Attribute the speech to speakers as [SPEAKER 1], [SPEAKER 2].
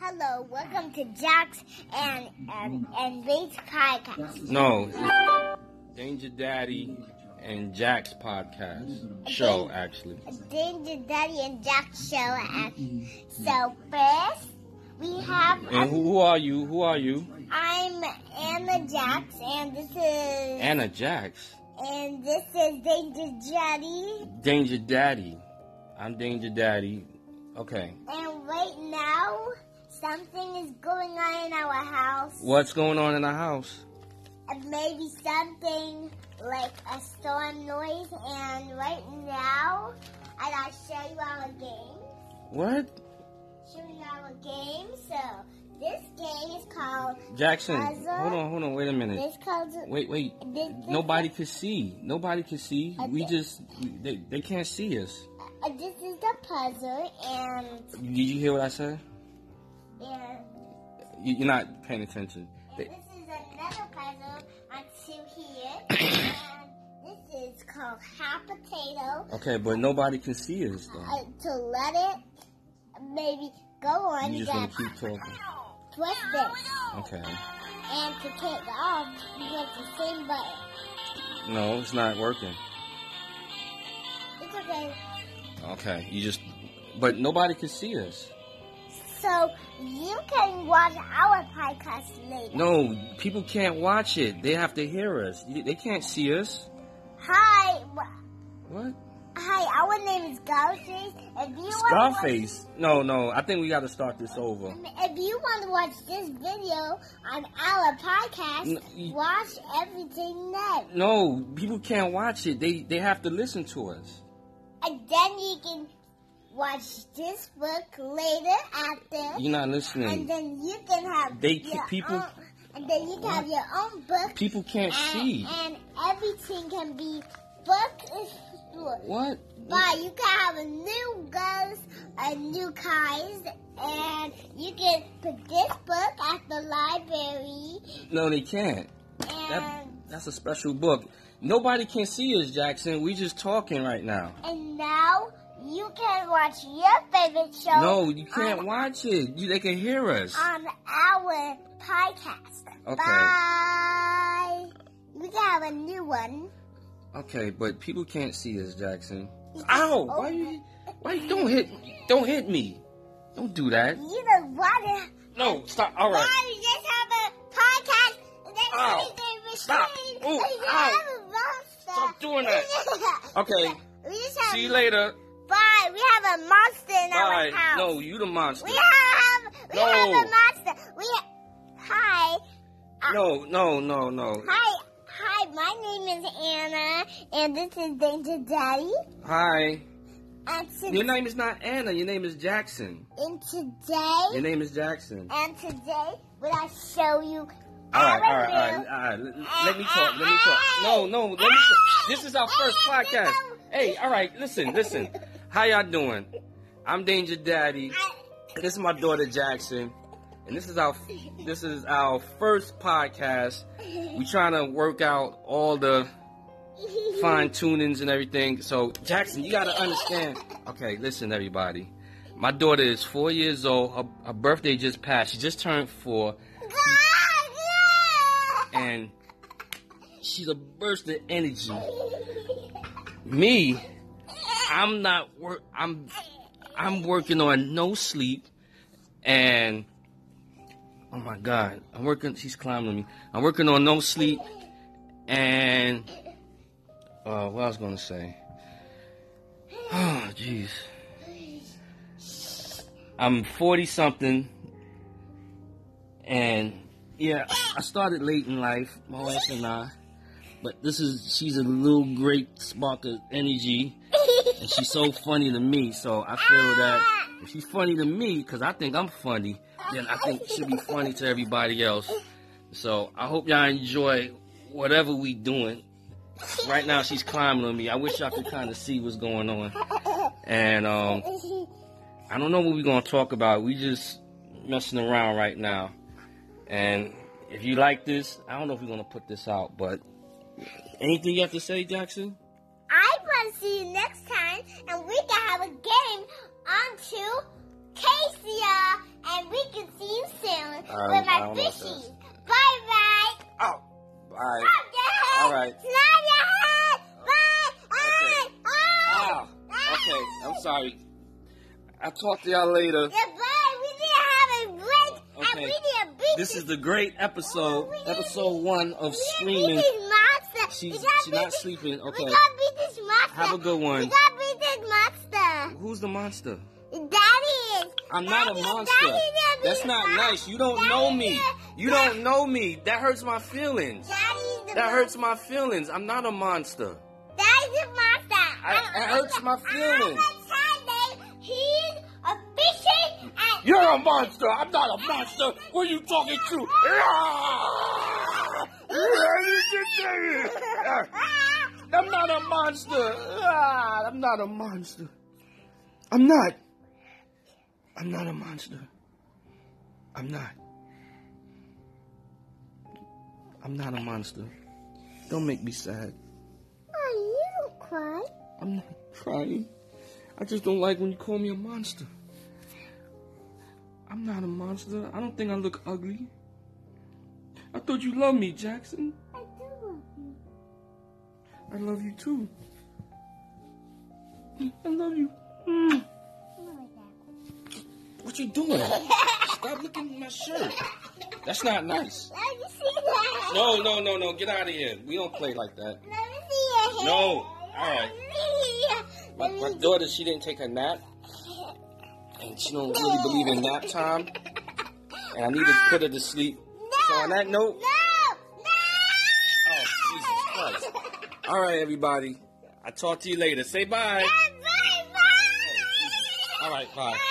[SPEAKER 1] Hello, welcome to Jack's and and, and Bates podcast.
[SPEAKER 2] No. Danger Daddy and Jack's podcast show, actually.
[SPEAKER 1] Danger Daddy and Jack's show. And so first, we have
[SPEAKER 2] And who, who are you? Who are you?
[SPEAKER 1] I'm Anna Jax, and this is
[SPEAKER 2] Anna Jax.
[SPEAKER 1] and this is Danger Daddy.
[SPEAKER 2] Danger Daddy. I'm Danger Daddy. Okay.
[SPEAKER 1] And right now, something is going on in our house.
[SPEAKER 2] What's going on in the house?
[SPEAKER 1] And Maybe something like a storm noise. And right now, I gotta show you our game.
[SPEAKER 2] What?
[SPEAKER 1] Show you our game. So this game is called.
[SPEAKER 2] Jackson, hold on, hold on, wait a minute.
[SPEAKER 1] This called.
[SPEAKER 2] Wait, wait.
[SPEAKER 1] This, this,
[SPEAKER 2] Nobody could see. Nobody could see. We just, they, they can't see us.
[SPEAKER 1] uh, this is the puzzle, and
[SPEAKER 2] Did you hear what I said?
[SPEAKER 1] and
[SPEAKER 2] You- You're not paying attention.
[SPEAKER 1] And this is another puzzle on two here. and this is called hot potato.
[SPEAKER 2] Okay, but nobody can see us, though.
[SPEAKER 1] Uh, to let it maybe go on,
[SPEAKER 2] You
[SPEAKER 1] you
[SPEAKER 2] just gonna
[SPEAKER 1] gotta
[SPEAKER 2] keep talking.
[SPEAKER 1] press it.
[SPEAKER 2] Okay.
[SPEAKER 1] And to take it off, you press the same button.
[SPEAKER 2] No, it's not working.
[SPEAKER 1] It's okay.
[SPEAKER 2] Okay, you just, but nobody can see us.
[SPEAKER 1] So you can watch our podcast later.
[SPEAKER 2] No, people can't watch it. They have to hear us. You- They can't see us.
[SPEAKER 1] Hi. w-
[SPEAKER 2] What?
[SPEAKER 1] Hi, our name is Scarface. If you want to watch
[SPEAKER 2] Scarface. No, no. I think we got to start this over.
[SPEAKER 1] If you want to watch this video on our podcast,
[SPEAKER 2] N- y-
[SPEAKER 1] watch everything next.
[SPEAKER 2] No, people can't watch it. They they have to listen to us.
[SPEAKER 1] And then you can watch this book later after.
[SPEAKER 2] You're not
[SPEAKER 1] And
[SPEAKER 2] listening.
[SPEAKER 1] then you can have
[SPEAKER 2] They ca- people-
[SPEAKER 1] own, and then you can have your own book.
[SPEAKER 2] People can't
[SPEAKER 1] and,
[SPEAKER 2] see.
[SPEAKER 1] and everything can be book is
[SPEAKER 2] What?
[SPEAKER 1] But you can have a new girls, a new cars, and you can put this book at the library.
[SPEAKER 2] No, they can't. That
[SPEAKER 1] And
[SPEAKER 2] that's a special book. Nobody can see us, Jackson. We just talking right now.
[SPEAKER 1] and now you can watch your favorite show.
[SPEAKER 2] No, you can't
[SPEAKER 1] on,
[SPEAKER 2] watch it. You, they can hear us.
[SPEAKER 1] on our podcast.
[SPEAKER 2] Okay.
[SPEAKER 1] Bye. We can have a new one.
[SPEAKER 2] Okay, but people can't see us, Jackson. Ow! Why you? Why you don't hit? Don't hit me! Don't do that.
[SPEAKER 1] You know what?
[SPEAKER 2] No, stop. All right.
[SPEAKER 1] Why you just have a podcast and then
[SPEAKER 2] Ow.
[SPEAKER 1] everything was
[SPEAKER 2] Stop.
[SPEAKER 1] changed,
[SPEAKER 2] Ooh,
[SPEAKER 1] and you
[SPEAKER 2] ow.
[SPEAKER 1] have a monster.
[SPEAKER 2] Stop doing that. Okay.
[SPEAKER 1] We just have
[SPEAKER 2] See you later.
[SPEAKER 1] Bye. We have a monster in
[SPEAKER 2] Bye.
[SPEAKER 1] our house.
[SPEAKER 2] No, you the monster.
[SPEAKER 1] We have we
[SPEAKER 2] No.
[SPEAKER 1] have a monster. We hi
[SPEAKER 2] No, no, no, no.
[SPEAKER 1] hi hi. My name is Anna, and this is Danger Daddy.
[SPEAKER 2] Hi.
[SPEAKER 1] And, to,
[SPEAKER 2] Your name is not Anna. Your name is Jackson.
[SPEAKER 1] and
[SPEAKER 2] Your
[SPEAKER 1] today
[SPEAKER 2] name is Jackson.
[SPEAKER 1] and today, will I show you?
[SPEAKER 2] All right, all
[SPEAKER 1] our
[SPEAKER 2] right, all right,
[SPEAKER 1] room.
[SPEAKER 2] all right. Let, let me talk. Let me talk. No, no. Let me talk. This is our first podcast. Hey, all right. Listen, listen. How y'all doing? I'm Danger Daddy. This is my daughter Jackson, and this is our this is our first podcast. We trying to work out all the fine tunings and everything. So Jackson, you gotta understand. Okay, listen everybody. My daughter is four years old. Her, her birthday just passed. She just turned four, and she's a burst of energy. Me, I'm not work. I'm I'm working on no sleep, and oh my god, I'm working. She's climbing me. I'm working on no sleep, and uh, what I was gonna say. Oh jeez, I'm forty something, and yeah, I started late in life. My wife and I. But this is she's a little great spark of energy. And she's so funny to me, so I feel that if she's funny to me, because I think I'm funny, then I think she'll be funny to everybody else. So I hope y'all enjoy whatever we doing. Right now she's climbing on me. I wish y'all could kind of see what's going on. And um, I don't know what we're gonna talk about. We just messing around right now. And if you like this, I don't know if we're gonna put this out, but anything you have to say, Jackson?
[SPEAKER 1] I want to see you next time, and we can have a game on to Casey, and we can see with my
[SPEAKER 2] Um, I don't know what that
[SPEAKER 1] fishies.
[SPEAKER 2] is.
[SPEAKER 1] Bye bye.
[SPEAKER 2] Oh, bye.
[SPEAKER 1] Love your head.
[SPEAKER 2] All right.
[SPEAKER 1] Love your head. Bye.
[SPEAKER 2] Okay.
[SPEAKER 1] Bye.
[SPEAKER 2] Ow. Okay, I'm sorry. I'll talk to y'all later.
[SPEAKER 1] Yeah, bye. We need to have a break. And
[SPEAKER 2] Okay.
[SPEAKER 1] we need a beach.
[SPEAKER 2] This is the great episode, episode one
[SPEAKER 1] We
[SPEAKER 2] of
[SPEAKER 1] gotta
[SPEAKER 2] Screaming.
[SPEAKER 1] beat this monster. We
[SPEAKER 2] She's-
[SPEAKER 1] gotta
[SPEAKER 2] she's
[SPEAKER 1] beat
[SPEAKER 2] not
[SPEAKER 1] this-
[SPEAKER 2] sleeping,
[SPEAKER 1] We
[SPEAKER 2] okay.
[SPEAKER 1] gotta beat this monster.
[SPEAKER 2] Have a good
[SPEAKER 1] We
[SPEAKER 2] one.
[SPEAKER 1] gotta beat this monster.
[SPEAKER 2] Who's the monster?
[SPEAKER 1] Daddy is.
[SPEAKER 2] I'm not a
[SPEAKER 1] Daddy-
[SPEAKER 2] monster.
[SPEAKER 1] Daddy is
[SPEAKER 2] That's
[SPEAKER 1] the
[SPEAKER 2] not
[SPEAKER 1] mon-
[SPEAKER 2] nice. You don't
[SPEAKER 1] Daddy
[SPEAKER 2] know
[SPEAKER 1] is
[SPEAKER 2] me.
[SPEAKER 1] the-
[SPEAKER 2] You don't know me. That hurts my feelings.
[SPEAKER 1] Daddy is the
[SPEAKER 2] That
[SPEAKER 1] mon-
[SPEAKER 2] hurts my feelings. I'm not a monster.
[SPEAKER 1] Daddy's a monster.
[SPEAKER 2] I- it hurts my feelings.
[SPEAKER 1] I'm a child named- He's a bitchy and
[SPEAKER 2] You're a monster. I'm not a monster. Who are you talking to? I'm not a monster. Ah, I'm not a monster. I'm not. I'm not a monster. I'm not. I'm not a monster. Don't make me sad.
[SPEAKER 1] Oh, you don't cry.
[SPEAKER 2] I'm not crying. I just don't like when you call me a monster. I'm not a monster. I don't think I look ugly. I thought you loved me, Jackson.
[SPEAKER 1] I do love you.
[SPEAKER 2] I love you too. I love you. Mm. What you doing? Stop looking at my shirt. That's not nice.
[SPEAKER 1] Let me see that.
[SPEAKER 2] No, no, no, no. Get out of here. We don't play like that.
[SPEAKER 1] Let me see your hair.
[SPEAKER 2] No. All right. My,
[SPEAKER 1] Let me
[SPEAKER 2] my daughter, she didn't take her nap, and she don't really believe in nap time. And I need to put her to sleep. So on that note, oh Jesus
[SPEAKER 1] No.
[SPEAKER 2] Christ! All right, everybody. I talk to you later. Say bye.
[SPEAKER 1] No. Bye, bye.
[SPEAKER 2] Oh, All right, bye.